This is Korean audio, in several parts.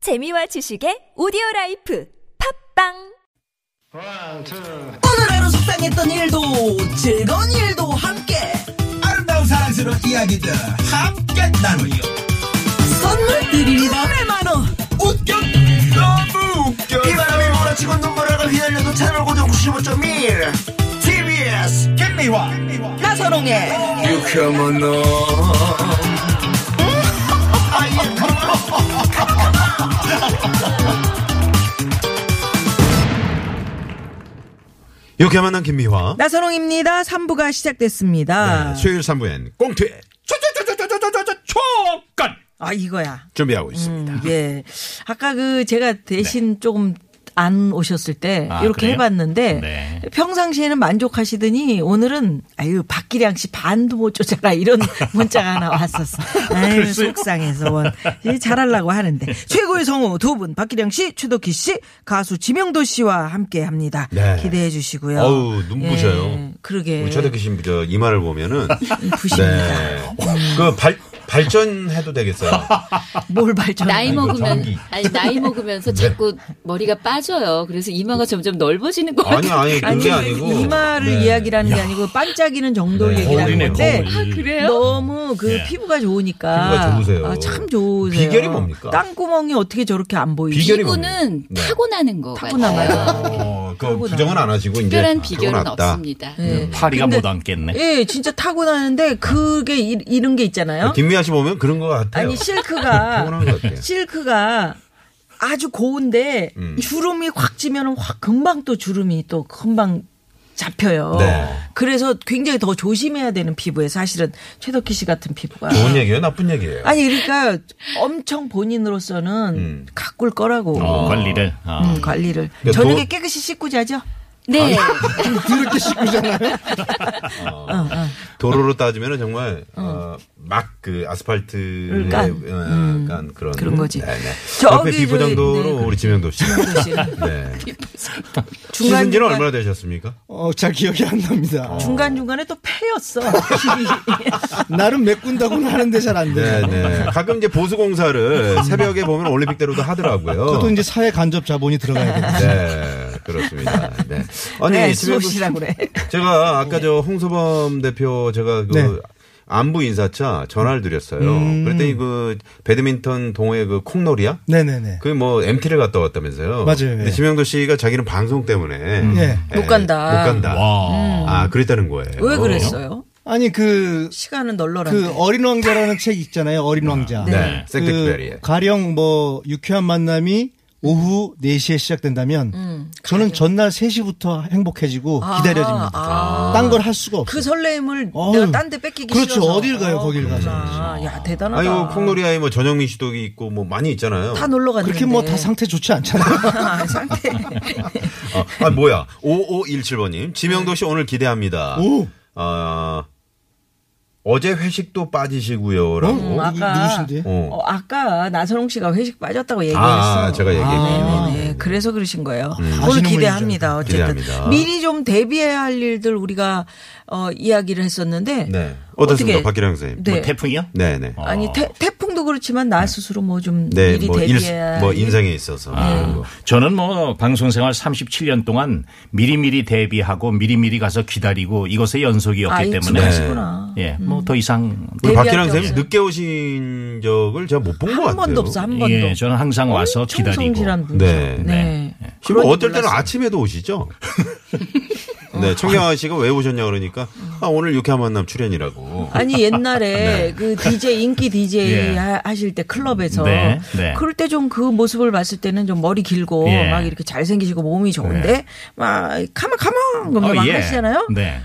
재미와 지식의 오디오 라이프 팝빵 One, two. 오늘 하루 속상했던 일도 즐거운 일도 함께 아름다운 사랑스러운 이야기들 함께 나누요 선물 드립니다 네, 100만원 웃겨 너무 웃겨 이 바람이 몰아치고 눈물을 휘날려도 채널 고정 95.1 TBS 김미화 나선홍의 유쾌한 너 이렇게 만난 김미화. 나선홍입니다 3부가 시작됐습니다 네, 수요일 3부엔 꽁트에 초건 아 이거야 준비하고 있습니다. 예 아까 그 제가 대신 네. 조금 안 오셨을 때 아, 이렇게 그래요? 해봤는데 네. 평상시에는 만족하시더니 오늘은 아유 박기량 씨 반도 못 쫓아라 이런 문자가 하나 왔었어. 아유 속상해서 원. 예, 잘하려고 하는데 최고의 성우 두 분 박기량 씨, 최덕희 씨, 가수 지명도 씨와 함께합니다. 네. 기대해 주시고요. 어우, 눈부셔요. 예, 그러게 우리 최대 귀신 저 이마를 보면은 부십니다. 네. 그 발, 발전해도 되겠어요. 뭘 발전? 나이 아이고, 먹으면 전기. 네. 아니 나이 먹으면서 자꾸 머리가 빠져요. 그래서 이마가 점점 넓어지는 거 아니 같아요. 아니 그게 아니고 이마를 네. 이야기라는 게 아니고 반짝이는 정도를 네. 얘기하는 거울이네, 건데 거울. 아, 그래요? 너무 그 피부가 좋으니까 예. 피부가 좋으세요. 아, 참 좋으세요. 비결이 뭡니까? 땅구멍이 어떻게 저렇게 안 보이지? 비결이 피부는 네. 타고나는 거 타고나요. 같아요. 어, 그 부정은 안 하시고 이제 특별한 비결은 네. 타고났다. 없습니다. 음, 예. 파리가 근데- 못 앉겠네. 예, 진짜 타고나는데 그게 이, 이런 게 있잖아요. 김미화 씨 보면 그런 것 같아요. 아니 실크가 타고난 것 같아요. 실크가 아주 고운데 음. 주름이 확 지면 확 금방 또 주름이 또 금방 잡혀요. 네. 그래서 굉장히 더 조심해야 되는 피부에 사실은 최덕희 씨 같은 피부가 좋은 얘기예요, 나쁜 얘기예요. 아니 그러니까 엄청 본인으로서는 음. 가꿀 거라고 어, 관리를. 아. 어. 음, 관리를 그러니까 저녁에 돈- 깨끗이 씻고 자죠. 네. 아, 도로로 따지면은 정말 막 그 아스팔트를 깐. 약간 그런 그런 거지. 네, 네. 저기 옆에 비포 저기, 정도로 네, 우리 지명도 씨. 네. 씻은 지는 얼마나 되셨습니까? 어, 잘 기억이 안 납니다. 중간 중간에 또 패였어. 나름 메꾼다고는 하는데 잘 안 돼요. 네네. 가끔 이제 보수 공사를 새벽에 보면 올림픽대로도 하더라고요. 그것도 이제 사회 간접 자본이 들어가야겠네. 네 그렇습니다. 네. 아니 네, 지명도 씨, 수호씨라고 그래. 제가 아까 저 홍서범 대표 제가 그 네. 안부 인사차 전화를 드렸어요. 그랬더니 그 배드민턴 동호회 그 콩놀이야? 네네네. 그게 뭐 MT를 갔다 왔다면서요. 맞아요. 근데 예. 지명도 씨가 자기는 방송 때문에 예. 예, 못 간다. 못 간다. 와. 아, 그랬다는 거예요. 왜 그랬어요? 아니, 그, 시간은 널널한데. 그 어린 왕자라는 책 있잖아요. 어린 왕자. 네. 그 섹텍베리의. 가령 뭐 유쾌한 만남이 오후 4시에 시작된다면 음. 저는 전날 3시부터 행복해지고 기다려집니다. 아. 딴 걸 할 수가 없어요. 그 설렘을 어휴, 내가 딴 데 뺏기기 그렇죠. 싫어서. 어딜 가요, 거길 가서. 그렇구나. 야 대단하다. 아이고, 콩놀이야에 뭐 전영민 씨도 있고 뭐 많이 있잖아요. 다 놀러 갔는데. 그렇게 뭐 다 상태 좋지 않잖아요. 아, 상태. 아, 아, 뭐야. 5517번님. 지명도 씨 오늘 기대합니다. 오. 아, 어제 회식도 빠지시고요. 라고. 음, 아까 어? 누구신데? 어. 어, 아까 나선홍 씨가 회식 빠졌다고 얘기했어. 아, 제가 네, 얘기했군요. 네. 그래서 그러신 거예요. 오늘 아시는 기대합니다. 어쨌든 기대합니다. 미리 좀 대비해야 할 일들 우리가 어, 이야기를 했었는데 네. 어떻습니까? 박기량 선생님. 네. 뭐 태풍이요? 어. 네, 네. 아니 태, 태풍도 그렇지만 나 스스로 뭐 좀 네, 미리 뭐, 일, 대비해야 네. 뭐 할 인생에 있어서. 그런 거. 저는 뭐 방송 생활 37년 동안 미리미리 대비하고 미리미리 가서 기다리고 이것의 연속이었기 아, 음. 때문에 네. 익숙하시구나. 예, 뭐 더 이상 우리 대비할 박기량 게 선생님 늦게 오신 적을 제가 못 본 것 같아요. 한 번도 없어 한 번도. 예, 저는 항상 와서 엄청 기다리고 성실한 분이죠. 네. 네. 그리고 어떨 때는 아침에도 오시죠? 네, 청경아 씨가 왜 오셨냐 그러니까 아, 오늘 유쾌한 만남 출연이라고. 아니 옛날에 그 DJ 인기 DJ 네. 예. 하- 하실 때 클럽에서 네, 네. 그럴 때 좀 그 모습을 봤을 때는 좀 머리 길고 예. 막 이렇게 잘생기시고 몸이 좋은데 막 가만 가만 그러면 막 하시잖아요. 어, 네.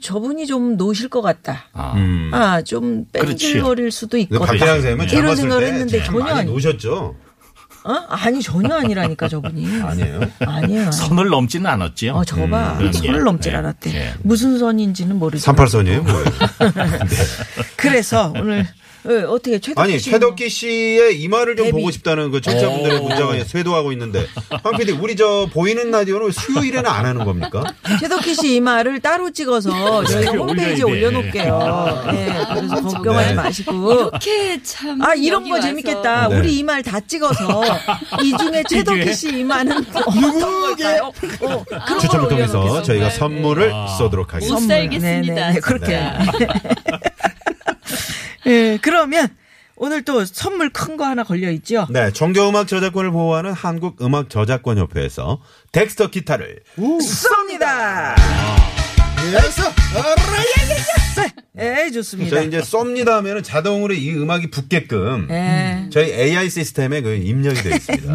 저분이 좀 노실 것 같다. 아. 음. 아 좀 그렇지. 뺀질거릴 수도 근데 있고 박기량 선생님은 네. 이런 젊었을 생각을 때 했는데 참 전혀 많이 아니, 노셨죠? 어? 아니 전혀 아니라니까 저분이 아니에요. 아니에요. 선을 넘지는 않았지요. 어 저봐 음, 손을 예. 넘질 예. 않았대. 예. 무슨 선인지는 모르지만 38선이에요, 뭐예요? 그래서 오늘 예, 어떻게 최덕기 네. 아니 씨 최덕기 씨의 이마를 좀 데뷔. 보고 싶다는 그 청취자분들의 문자가 쇄도하고 있는데 황 PD 우리 저 보이는 라디오는 왜 수요일에는 안 하는 겁니까? 최덕희 씨 이마를 따로 찍어서 저희가 그래, 홈페이지에 올려야 돼. 올려놓을게요. 예, 그래서 걱정하지 네. 마시고. 이렇게 참. 아, 이런 여기 거 와서 재밌겠다. 네. 우리 이마를 다 찍어서 이 중에 최덕희 씨 이마는 어떤 네. 걸까요? 어, 그런 추첨을 걸 올려놓겠습니다. 통해서 저희가 아, 정말. 선물을 쏘도록 네. 아. 못 하겠습니다. 선물. 살겠습니다, 네, 네, 네, 그렇게. 예, 그러면 오늘 또 선물 큰 거 하나 걸려 있죠. 네, 정겨음악 저작권을 보호하는 한국음악저작권협회에서 덱스터 기타를 쏩니다. 네. 예, 좋습니다. 저희 이제 쏩니다 하면은 자동으로 이 음악이 붙게끔 예. 저희 AI 시스템에 그 입력이 되어 있습니다.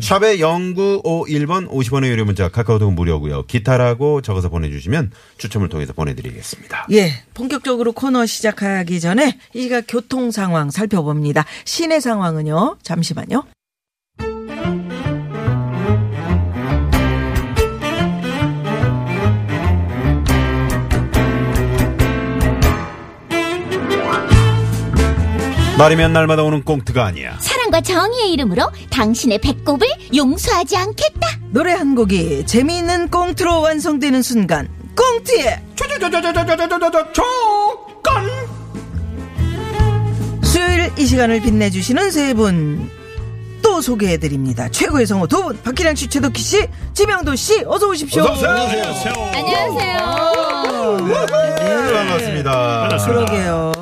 샵에 0951번 50원의 유료 문자 카카오톡 무료고요. 기타라고 적어서 보내주시면 추첨을 통해서 보내드리겠습니다. 예, 본격적으로 코너 시작하기 전에 이 시각 교통 상황 살펴봅니다. 시내 상황은요, 잠시만요. 날이면 날마다 오는 꽁트가 아니야. 사랑과 정의의 이름으로 당신의 배꼽을 용서하지 않겠다. 노래 한 곡이 재미있는 꽁트로 완성되는 순간, 꽁트에 수요일 이 시간을 빛내주시는 세 분 또 소개해드립니다. 최고의 성우 두 분, 박기량 씨, 최덕희 씨, 지명도 씨, 어서 오십시오. 안녕하세요. 네, 반갑습니다. 그러게요.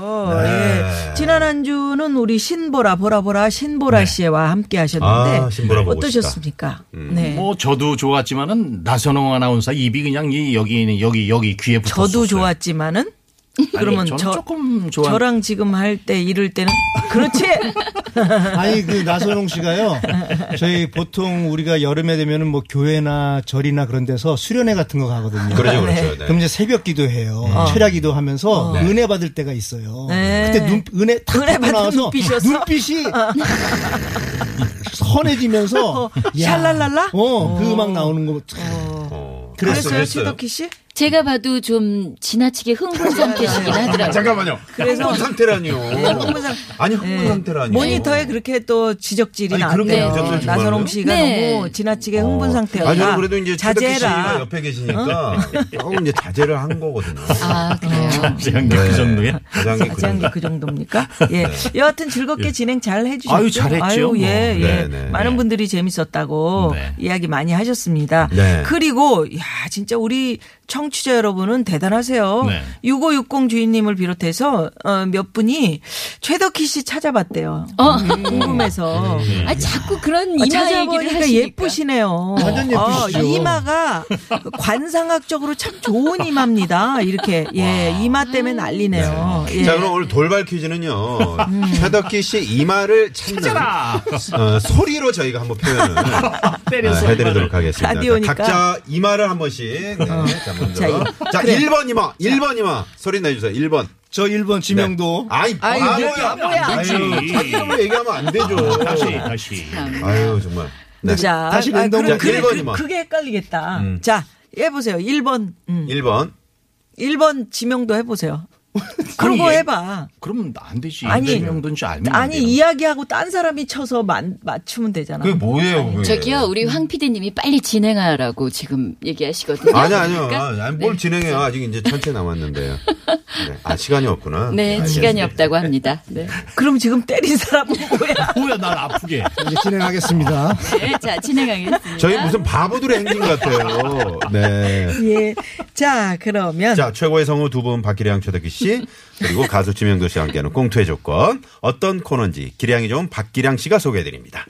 예. 네. 지난 한 주는 우리 신보라 보라보라 신보라 씨와 함께 하셨는데 아, 신보라 보고 어떠셨습니까? 네. 뭐 저도 좋았지만은 나선홍 아나운서 입이 그냥 이 여기 있는 여기 여기 귀에 붙었어요. 저도 좋았지만은 그러면 저는 저 조금 좋았. 저랑 지금 할 때 이럴 때는 그렇지. 아니 그 나선홍 씨가요. 저희 보통 우리가 여름에 되면은 뭐 교회나 절이나 그런 데서 수련회 같은 거 가거든요. 그러죠, 그렇죠. 네. 그럼 이제 새벽 기도해요. 철야 기도하면서 은혜 받을 때가 있어요. 음. 어. 네. 그때 눈 은혜 탁 은혜 하고 받은 나와서 눈빛이었어? 눈빛이 선해지면서 야. 어. 샬랄랄라? 어, 그 음악 나오는 거. 어. 그랬어요, 그랬어요. 최덕희 씨? 제가 봐도 좀 지나치게 흥분 상태시긴 아, 하더라고요. 잠깐만요. 그래서- 흥분 상태라니요. 흥분 상- 네. 아니 흥분 상태라니요. 모니터에 그렇게 또 지적질이 아니, 그렇게 나네요. 지적질 좀 나선홍 하나요? 씨가 네. 너무 지나치게 흥분 상태였다. 어. 아니 저는 그래도 이제 최덕희 씨가 자제해라. 어? 옆에 계시니까 조금 이제 자제를 한 거거든요. 아, 그래요? 그냥 그 정도야. 네. 가장 그 자제한 정도. 게 그 정도입니까? 예. 여하튼 즐겁게 진행 잘 해주셨죠. 아유, 잘했죠. 아유, 예, 뭐. 예. 네, 네. 많은 네. 분들이 재밌었다고 네. 이야기 많이 하셨습니다. 네. 그리고 야 진짜 우리 청취자 여러분은 대단하세요. 네. 6560 주인님을 비롯해서 어, 몇 분이 최덕희 씨 찾아봤대요. 음, 어. 궁금해서. 아, 자꾸 그런 아, 이마 얘기를 찾아보니까 하시니까 예쁘시네요. 완전 아, 예쁘시죠. 이마가 관상학적으로 참 좋은 이마입니다. 이렇게 예 이마 때문에 난리네요. 예. 자 그럼 오늘 돌발 퀴즈는요. 최덕희 씨 이마를 찾는 찾아라. 어, 소리로 저희가 한번 표현을 때려서 어, 해드리도록 이마를. 하겠습니다. 라디오니까. 자, 각자 이마를 한 번씩. 네, 자, 먼저. 자, 자, 이- 1번 이마, 1번 이마 소리 내주세요. 1번. 저 1번 지명도 아이, 아유, 바보야, 몇 개야, 바보야. 아유, 뭐야. 자기로 얘기하면 안 되죠. 다시 다시. 아유 정말. 네. 자, 다시 아, 랜덤으로. 그럼 그래, 자, 일 그, 번이면. 그게 헷갈리겠다. 자, 해보세요. 1번. 음. 1번. 1번 지명도 해보세요. 그런 아니, 거 얘- 해봐. 그럼 안 되지. 아니. 아니 명도인지 알면 안 아니, 돼요. 이야기하고 딴 사람이 쳐서 만- 맞추면 되잖아. 그게 뭐예요? 그게? 저기요, 우리 황 PD님이 빨리 진행하라고 지금 얘기하시거든요. 아니 아니요. 그러니까 아, 아니, 뭘 진행해요? 아직 이제 천체 남았는데요. 네. 아 시간이 없구나. 네, 알겠습니다. 시간이 없다고 합니다. 네. 그럼 지금 때린 사람은 뭐야? 뭐야 날 아프게. 네. 이제 진행하겠습니다. 네, 자, 진행하겠습니다. 저희 무슨 바보들의 행진 같아요. 네. 예. 자, 그러면. 자, 최고의 성우 두 분 박기량 최덕기 씨 그리고 가수 지명도 씨와 함께하는 꽁투의 조건 어떤 코너인지 기량이 좋은 박기량 씨가 소개해드립니다.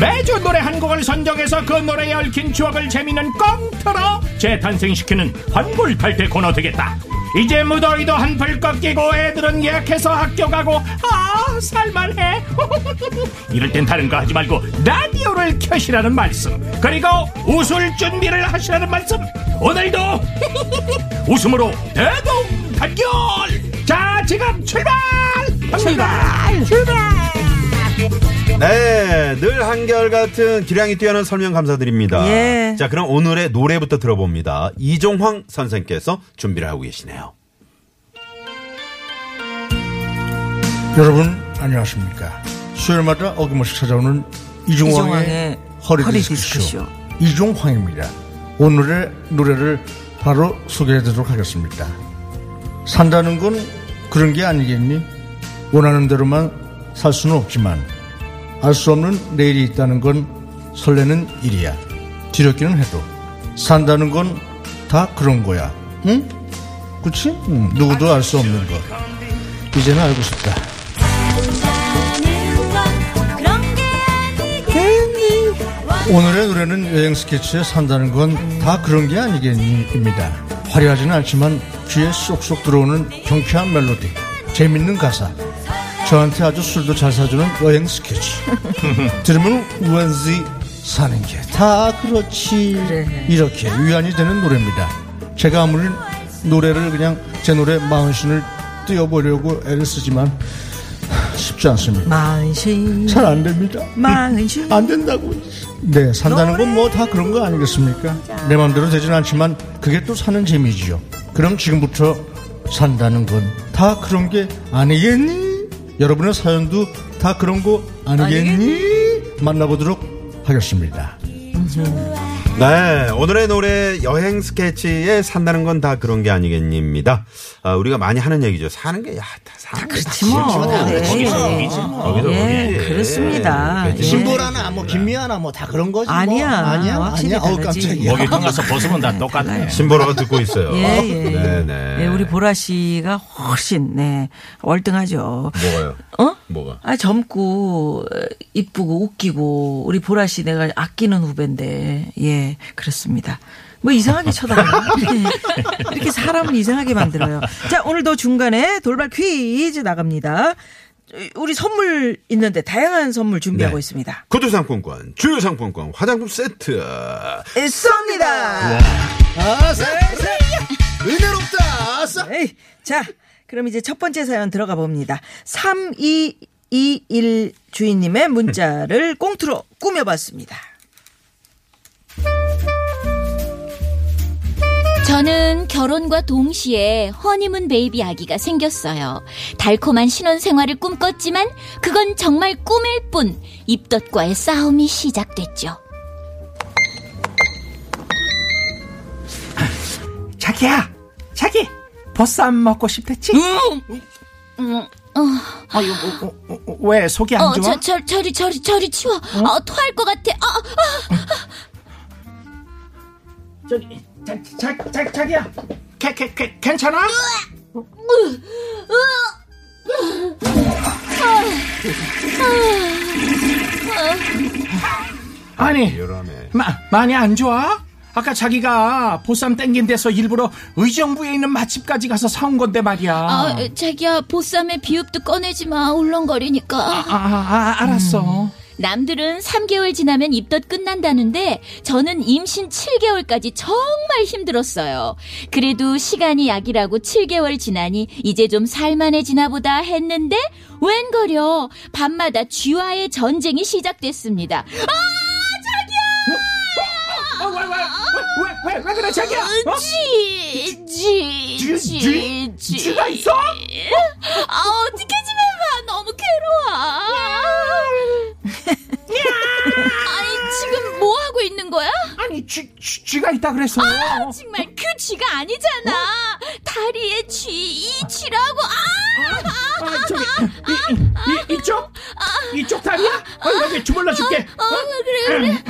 매주 노래 한 곡을 선정해서 그 노래에 얽힌 추억을 재미있는 꽁트로 재탄생시키는 환골탈태 코너 되겠다. 이제 무더위도 한풀 꺾이고 애들은 예약해서 학교 가고 아 살만해. 이럴 땐 다른 거 하지 말고 라디오를 켜시라는 말씀 그리고 웃을 준비를 하시라는 말씀 오늘도 웃음으로 대동 단결 자 지금 출발 출발 출발 네, 늘 한결같은 기량이 뛰어난 설명 감사드립니다. 예. 자, 그럼 오늘의 노래부터 들어봅니다. 이종황 선생께서 준비를 하고 계시네요. 여러분 안녕하십니까 수요일마다 어김없이 찾아오는 이종황의 이종황의 허리디스크쇼 허리디스크쇼. 이종황입니다 오늘의 노래를 바로 소개해드리도록 하겠습니다 산다는 건 그런 게 아니겠니 원하는 대로만 살 수는 없지만 알 수 없는 내일이 있다는 건 설레는 일이야 지렵기는 해도 산다는 건 다 그런 거야 응? 그치? 응, 누구도 알 수 없는 거 이제는 알고 싶다 오늘의 노래는 여행 스케치에 산다는 건 다 그런 게 아니겠니입니다. 화려하지는 않지만 귀에 쏙쏙 들어오는 경쾌한 멜로디, 재밌는 가사. 저한테 아주 술도 잘 사주는 여행 스케치. 들으면 왠지 사는 게 다 그렇지. 이렇게 위안이 되는 노래입니다. 제가 아무리 노래를 그냥 제 노래 마흔신을 띄워보려고 애를 쓰지만 쉽지 않습니다. 만신 잘 안 됩니다. 만신 아, 안 된다고. 네, 산다는 건 뭐 다 그런 거 아니겠습니까? 내 마음대로 되진 않지만 그게 또 사는 재미지요. 그럼 지금부터 산다는 건 다 그런 게 아니겠니? 여러분의 사연도 다 그런 거 아니겠니? 만나보도록 하겠습니다. 네, 오늘의 노래 여행 스케치에 산다는 건 다 그런 게 아니겠니입니다. 아, 우리가 많이 하는 얘기죠. 사는 게, 야, 다 사는 게. 그렇지 뭐. 네. 거기도 예, 거기. 그렇습니다. 네. 예, 그렇지. 예. 신보라나 뭐 김미아나 뭐 다 그런 거지. 아니야. 뭐. 아니야. 확실히 아니야. 어우 다르지. 깜짝이야. 목욕탕 가서 벗으면 다 똑같네. 신보라가 듣고 있어요. 예, 예. 네, 네. 예, 우리 보라 씨가 훨씬, 네, 월등하죠. 뭐가요? 어? 뭐가? 아, 젊고, 어, 이쁘고, 웃기고, 우리 보라 씨 내가 아끼는 후배인데, 예, 그렇습니다. 뭐 이상하게 쳐다봐요. 예. 이렇게 사람을 이상하게 만들어요. 자, 오늘도 중간에 돌발 퀴즈 나갑니다. 우리 선물 있는데 다양한 선물 준비하고 네. 있습니다. 구두 상품권, 주요 상품권, 화장품 세트. 있습니다. 네. 아, 은혜롭다! 싸- 에이, 자, 그럼 이제 첫 번째 사연 들어가 봅니다. 3221 주인님의 문자를 꽁트로 꾸며봤습니다. 저는 결혼과 동시에 허니문 베이비 아기가 생겼어요. 달콤한 신혼 생활을 꿈꿨지만 그건 정말 꿈일 뿐 입덧과의 싸움이 시작됐죠. 자기야, 자기, 보쌈 먹고 싶댔지? 어, 이거 뭐, 어, 어, 왜 속이 안 어, 좋아? 저, 저, 저리, 저리, 저리 치워. 어, 토할 것 같아. 아, 아, 저기, 자, 자, 자, 자기야, 캐, 캐, 캐, 괜찮아? 아니, 요람에. 마, 많이 안 좋아? 아까 자기가 보쌈 땡긴 데서 일부러 의정부에 있는 맛집까지 가서 사온 건데 말이야. 아, 아, 자기야, 보쌈에 비읍도 꺼내지 마. 울렁거리니까. 아, 아, 음. 알았어. 남들은 3개월 지나면 입덧 끝난다는데 저는 임신 7개월까지 정말 힘들었어요. 그래도 시간이 약이라고 7개월 지나니 이제 좀 살만해지나 보다 했는데 웬걸요. 밤마다 쥐와의 전쟁이 시작됐습니다. 어, 왜, 왜, 왜, 왜, 왜, 왜 그래, 자기야? 어? 쥐, 쥐, 쥐, 쥐, 쥐, 쥐. 쥐가 있어? 아, 어떻게 집에 봐. 너무 괴로워. 아니, 지금 뭐 하고 있는 거야? 아니, 쥐, 쥐, 쥐가 있다 그랬어. 아, 정말 그 쥐가 아니잖아. 다리에 쥐, 이 쥐라고. 아! 아, 저기, 이, 이, 이, 이쪽? 이쪽 다리야? 어, 여기 주물러 줄게. 어, 그래, 그래.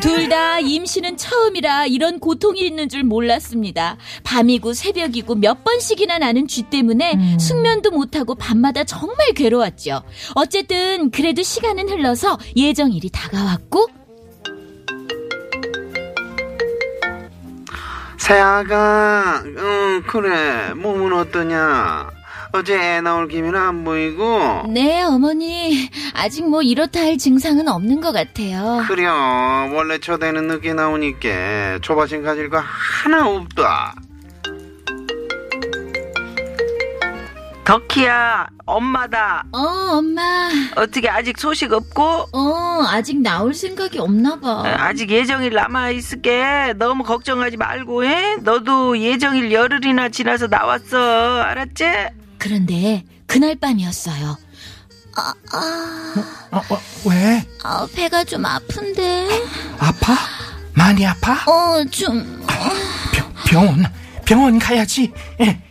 둘 다 임신은 처음이라 이런 고통이 있는 줄 몰랐습니다. 밤이고 새벽이고 몇 번씩이나 나는 쥐 때문에 숙면도 못하고 밤마다 정말 괴로웠죠. 어쨌든 그래도 시간은 흘러서 예정일이 다가왔고 세아가 응 그래 몸은 어떠냐 어제 애 나올 기미는 안 보이고 네, 어머니. 아직 뭐 이렇다 할 증상은 없는 것 같아요. 그려 어, 원래 초대는 늦게 나오니까 초바심 가질 거 하나 없다 덕희야, 엄마다. 어, 엄마. 어떻게 아직 소식 없고? 어, 아직 나올 생각이 없나 봐. 아직 예정일 남아 있을게. 너무 걱정하지 말고, 해. 너도 예정일 열흘이나 지나서 나왔어. 알았지? 그런데 그날 밤이었어요. 아, 아, 어, 어, 왜? 아, 배가 좀 아픈데. 아파? 많이 아파? 어, 좀. 병, 병원, 병원 가야지. 예.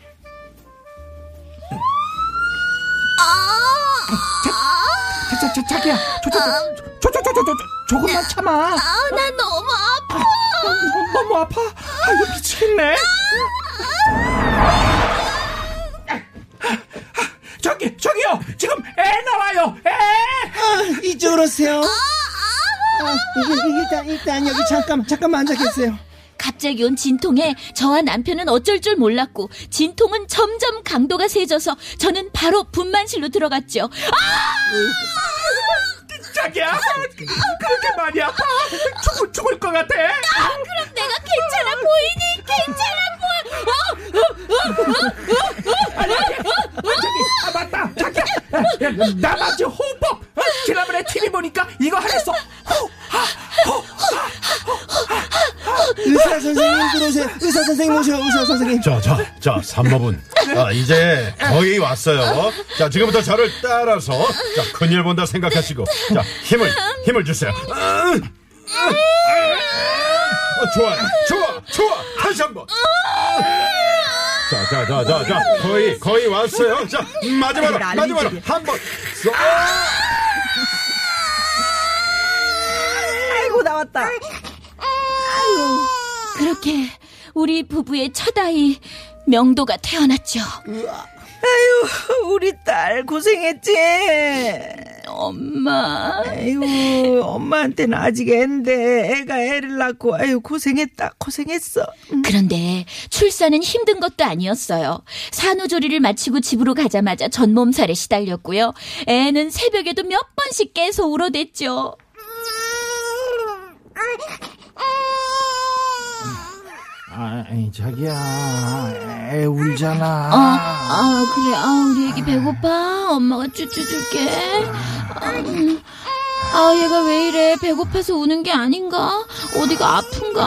아, 자, 자, 자, 자기야, 저, 저, 저, 저, 저, 저, 저, 저, 조금만 아. 참아. 어, 아, 나 너무 아파. 너무, 너무 아파. 아, 이거 미치겠네. 아. 저기, 저기요. 지금 애 나와요. 애. 아, 이쪽으로 오세요. 아, 일- 일단, 일단 여기 잠깐, 잠깐만 앉아 계세요. 갑자기 온 진통에 저와 남편은 어쩔 줄 몰랐고 진통은 점점 강도가 세져서 저는 바로 분만실로 들어갔죠. 자기야. 그렇게 많이 아파. 죽을, 죽을 것 같아. 그럼 내가 괜찮아 보이니? 괜찮아 보여. 어, 어, 어, 어, 어. 아, 저기, 아, 맞다. 자기야. 야, 나 마치 호흡법. 어, 지난번에 TV 보니까 이거 하랬어. 호, 하, 호, 하. 의사 선생님 들어오세요. 의사 선생님 오세요. 의사 선생님. 자, 자, 자, 산모분. 아, 이제 거의 왔어요. 자, 지금부터 저를 따라서 자, 큰일 본다 생각하시고 자, 힘을 힘을 주세요. 아, 좋아, 좋아, 좋아. 다시 한 번. 자, 자, 자, 자, 자, 거의 거의 왔어요. 자, 마지막으로 마지막으로 한 번. 쏙. 아이고, 나왔다. 그렇게 우리 부부의 첫 아이 명도가 태어났죠. 아유, 우리 딸 고생했지. 엄마. 아이고, 엄마한테는 아직 애인데 애가 애를 낳고 아유 고생했다, 고생했어. 그런데 출산은 힘든 것도 아니었어요. 산후조리를 마치고 집으로 가자마자 전몸살에 시달렸고요. 애는 새벽에도 몇 번씩 깨서 울어댔죠. 아이, 자기야. 애 울잖아. 아, 아 그래. 아 우리 애기 배고파. 엄마가 쭈쭈 줄게. 아, 음. 아 얘가 왜 이래? 배고파서 우는 게 아닌가? 어디가 아픈가?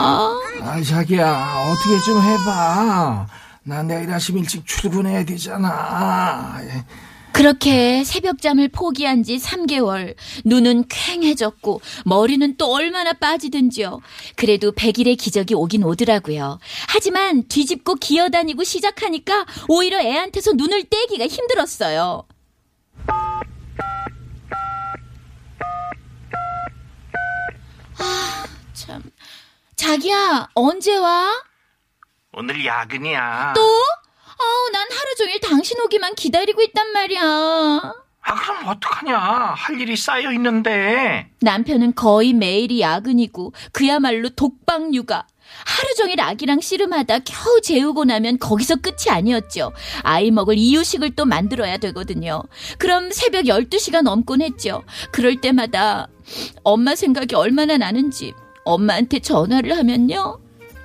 아, 자기야, 어떻게 좀 해봐. 나 내일 아침 일찍 출근해야 되잖아. 그렇게 새벽잠을 포기한 지 3개월. 눈은 퀭해졌고 머리는 또 얼마나 빠지든지요. 그래도 100일의 기적이 오긴 오더라고요. 하지만 뒤집고 기어다니고 시작하니까 오히려 애한테서 눈을 떼기가 힘들었어요. 아, 참. 자기야, 언제 와? 오늘 야근이야. 또? 아우, 난 하루 종일 당신 오기만 기다리고 있단 말이야. 아, 그럼 어떡하냐. 아, 할 일이 쌓여 있는데. 남편은 거의 매일이 야근이고 그야말로 독방 육아. 하루 종일 아기랑 씨름하다 겨우 재우고 나면 거기서 끝이 아니었죠. 아이 먹을 이유식을 또 만들어야 되거든요. 그럼 새벽 12시가 넘곤 했죠. 그럴 때마다 엄마 생각이 얼마나 나는지 엄마한테 전화를 하면요.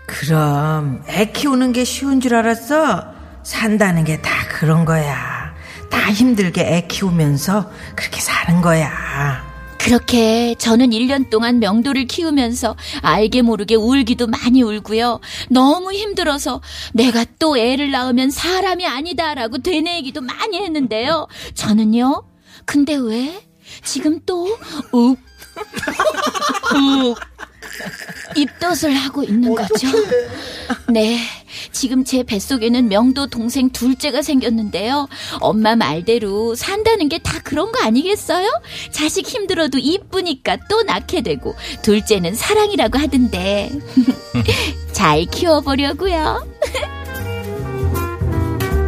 그럼 애 키우는 게 쉬운 줄 알았어? 산다는 게 다 그런 거야. 다 힘들게 애 키우면서 그렇게 사는 거야. 그렇게 저는 1년 동안 명도를 키우면서 알게 모르게 울기도 많이 울고요. 너무 힘들어서 내가 또 애를 낳으면 사람이 아니다라고 되뇌기도 많이 했는데요. 저는요. 근데 왜 지금 또 욱, 욱 입덧을 하고 있는 거죠? 네. 지금 제 뱃속에는 명도 동생 둘째가 생겼는데요. 엄마 말대로 산다는 게 다 그런 거 아니겠어요? 자식 힘들어도 이쁘니까 또 낳게 되고, 둘째는 사랑이라고 하던데. 잘 키워보려고요.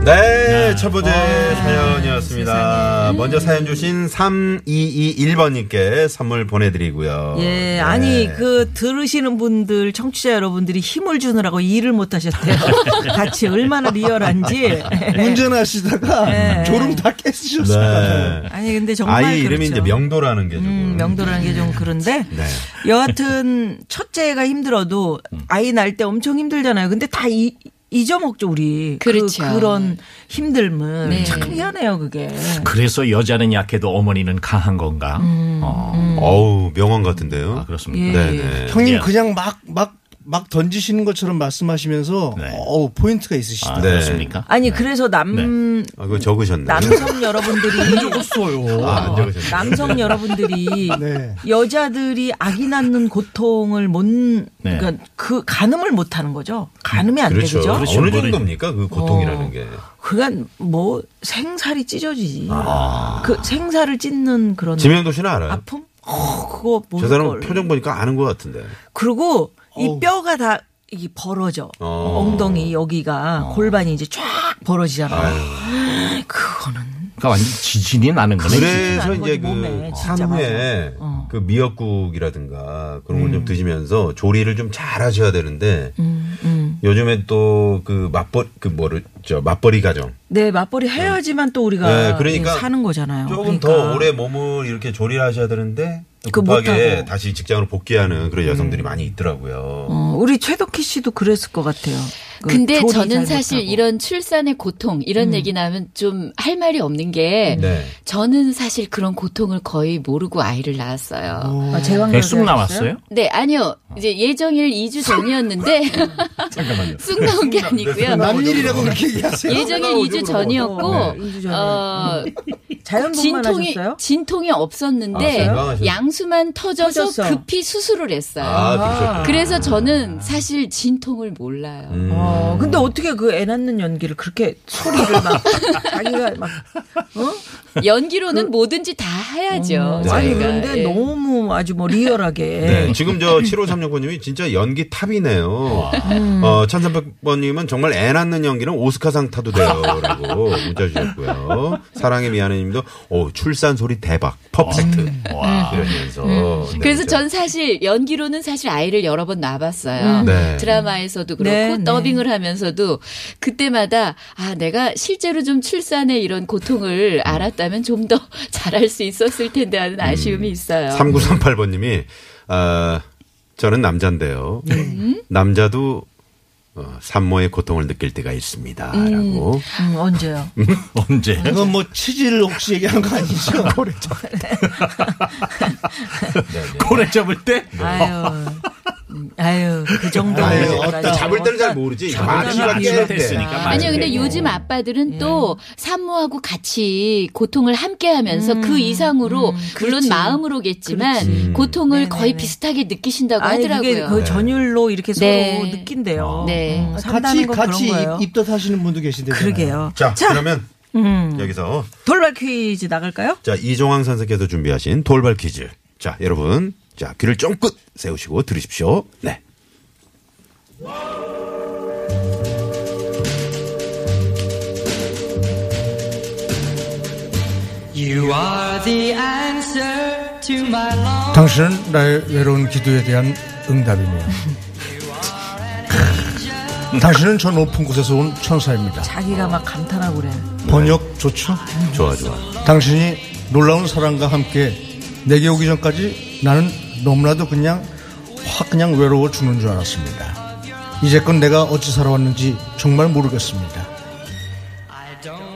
네, 첫 번째 아, 사연이었습니다. 먼저 사연 주신 3221번님께 선물 보내드리고요. 예, 아니 그 들으시는 분들 청취자 여러분들이 힘을 주느라고 일을 못 하셨대요. 같이 얼마나 리얼한지. 운전하시다가 네. 졸음 다 깨지셨어요. 네. 아니 근데 정말 아이 그렇죠. 이름이 이제 명도라는 게 조금. 음, 명도라는 게 좀 그런데 네. 음. 여하튼 첫째가 힘들어도 아이 낳을 때 엄청 힘들잖아요. 근데 다 이, 잊어먹죠 우리 그 그렇죠. 런 힘듦을 네. 참 희한해요 그게. 그래서 여자는 약해도 어머니는 강한 건가? 음. 어, 어우 명언 같은데요. 아, 그렇습니까? 네네. 형님 예. 그냥 막 막 막 던지시는 것처럼 말씀하시면서 어우 포인트가 있으시다. 아, 그렇습니까? 아니 그래서 남 아, 그거 적으셨네. 남성 여러분들이 적었어요. 아, 안 적으셨네. 남성 여러분들이 네. 여자들이 아기 낳는 고통을 못 그러니까 그 가늠을 못 하는 거죠. 가늠이 안 네. 그렇죠. 되죠. 어. 그렇죠. 어느 정도입니까? 그 고통이라는 게. 그간 뭐 생살이 찢어지지. 아. 그 생살을 찢는 그런 지명도 씨는 알아요? 아픔? 어, 그거 저 사람 모를 걸. 표정 보니까 아는 것 같은데. 그리고 이 뼈가 다 이게 벌어져. 어. 엉덩이 여기가 골반이 이제 쫙 벌어지잖아. 요 그러니까 완전 지진이 나는 거네. 그래서 나는 거지, 이제 그 몸에. 진짜 어. 산후에 그 미역국이라든가 그런 음. 걸 좀 드시면서 조리를 좀 잘 하셔야 되는데 음. 요즘엔 또 그 맞벌 그 뭐를 저 맞벌이 가정 네, 맞벌이 해야지만 또 우리가 예, 네, 그러니까 사는 거잖아요. 조금 그러니까. 더 오래 몸을 이렇게 조리를 하셔야 되는데 또 그거 급하게 못하고. 음. 다시 직장으로 복귀하는 그런 여성들이 많이 있더라고요. 어, 우리 최덕희 씨도 그랬을 것 같아요. 그 근데 조리 잘 저는 사실 못하고. 음. 이런 출산의 고통 이런 얘기 나면 좀 할 말이 없는 게 네. 저는 사실 그런 고통을 거의 모르고 아이를 낳았어요. 아, 제왕 배쑥 여자였어요? 나왔어요? 네, 아니요. 이제 예정일 2주 전이었는데 잠깐만요. 쑥 나온 게 아니고요. 남일이라고 그렇게 얘기하세요. 예정일 2주 전이었고 어, 이주 전에. 어, 자연분만 진통이 하셨어요? 진통이 아, 없었는데 건강하셨- 양수만 터져서 터졌어. 급히 수술을 했어요. 아, 그러셨구나. 그래서 저는 사실 진통을 몰라요. 음. 어, 근데 어떻게 그 애 낳는 연기를 그렇게 소리를 막 자기가 막 연기로는 뭐든지 다 해야죠. 네. 음. 아니 저희가. 그런데 예. 너무 아주 뭐 리얼하게 네, 지금 저 7536번님이 진짜 연기 탑이네요. 어, 1300번님은 정말 애 낳는 연기는 오스카상 타도 돼요. 라고 문자 주셨고요. 사랑의 미안해님도, 오, 출산 소리 대박. 퍼펙트. 와. 이러면서. 네, 그래서 문자. 전 사실 연기로는 사실 아이를 여러 번 놔봤어요. 음. 네. 드라마에서도 그렇고 네, 네. 더빙을 하면서도 그때마다 아 내가 실제로 좀 출산의 이런 음. 고통을 알았다면 좀 더 잘할 수 있었을 텐데 하는 아쉬움이 있어요. 3938번님이, 아, 저는 남잔데요. 남자도 어, 산모의 고통을 느낄 때가 있습니다. 라고. 음, 언제요? 언제? 이건 뭐 치질 혹시 얘기하는 거 아니죠? 고래 잡을 때? 아유, 음, 아유 그 정도. 아유, 나 잡을 때는 잘 모르지. 마취가 마취가 깨질 때. 됐으니까 마취. 아니요, 네. 근데 요즘 아빠들은 음. 또 산모하고 같이 고통을 함께 하면서 음. 그 이상으로, 물론 마음으로겠지만, 고통을 거의 비슷하게 느끼신다고 네, 아니 그게 하더라고요. 그 전율로 이렇게 서로 네. 느낀대요. 네. 음, 같이 산다는 건 같이 그런 거예요. 입- 입덧하시는 분도 계신데요. 그러게요. 자, 그러면 여기서 돌발 퀴즈 나갈까요? 자, 이종황 선생께서 준비하신 돌발 퀴즈. 자, 여러분. 자, 귀를 쫑긋 세우시고 들으십시오. 네. 당신은 나의 외로운 기도에 대한 응답이며 당신은 저 높은 곳에서 온 천사입니다. 자기가 막 감탄하고 그래. 번역 좋죠? 좋아, 좋아. 당신이 놀라운 사랑과 함께 내게 오기 전까지 나는 너무나도 그냥 확 그냥 외로워 죽는 줄 알았습니다. 이제껏 내가 어찌 살아왔는지 정말 모르겠습니다.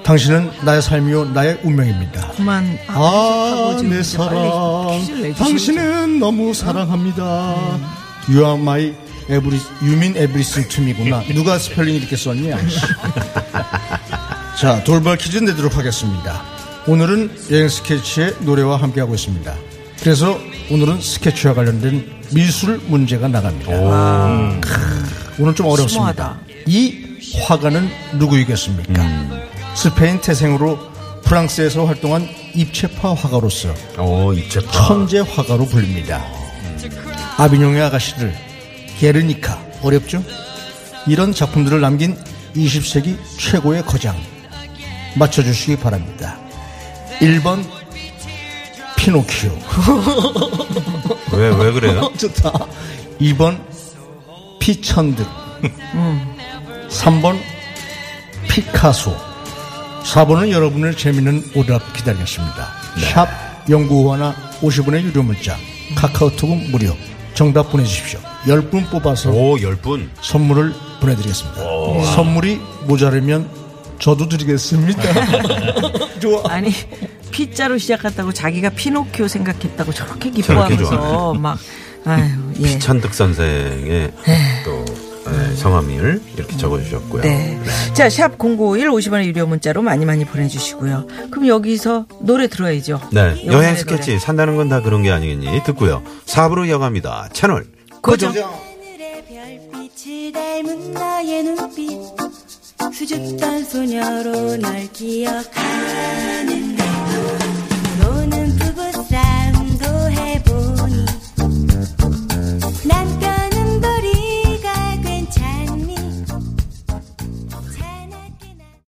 당신은 나의 삶이요 나의 운명입니다. 그만 아, 지금 내 이제 빨리 사랑. 퀴즈를 내주시고 당신은 너무 사랑합니다. 네. You are my every, you mean everything to me구나. 누가 스펠링 이렇게 썼냐. 자, 돌발 퀴즈 내도록 하겠습니다. 오늘은 여행 스케치의 노래와 함께하고 있습니다. 그래서 오늘은 스케치와 관련된 미술 문제가 나갑니다. 크, 오늘 좀 어렵습니다. 심오하다. 이 화가는 누구이겠습니까? 음. 스페인 태생으로 프랑스에서 활동한 입체파 화가로서 어, 입체 그러니까 천재 화가로 불립니다. 음. 아비뇽의 아가씨들, 게르니카, 어렵죠? 이런 작품들을 남긴 20세기 최고의 거장. 맞춰주시기 바랍니다. 1번, 피노키오. 왜, 왜 그래요? 좋다. 2번, 피천드. 3번, 피카소. 4번은 여러분을 재밌는 오답 기다렸습니다. 샵 연구호나 50원의 유료 문자, 카카오톡은 무료. 정답 보내주십시오. 10분 뽑아서 오, 10분. 선물을 보내드리겠습니다. 선물이 모자르면 저도 드리겠습니다. 좋아. 아니 피자로 시작했다고 자기가 피노키오 생각했다고 저렇게 기뻐하면서 좋아하네. 막 아유 예. 피찬득 선생의 또 예, 성함을 이렇게 적어주셨고요. 네. 자, 샵 051, 50원의 유료 문자로 많이 많이 보내주시고요. 그럼 여기서 노래 들어야죠. 네, 영화의 여행 노래. 스케치 산다는 건 다 그런 게 아니겠니 듣고요. 4부로 이어갑니다. 채널 고정. 하늘의 별빛이 닮은 나의 눈빛 수줍던 소녀로 날 기억하는데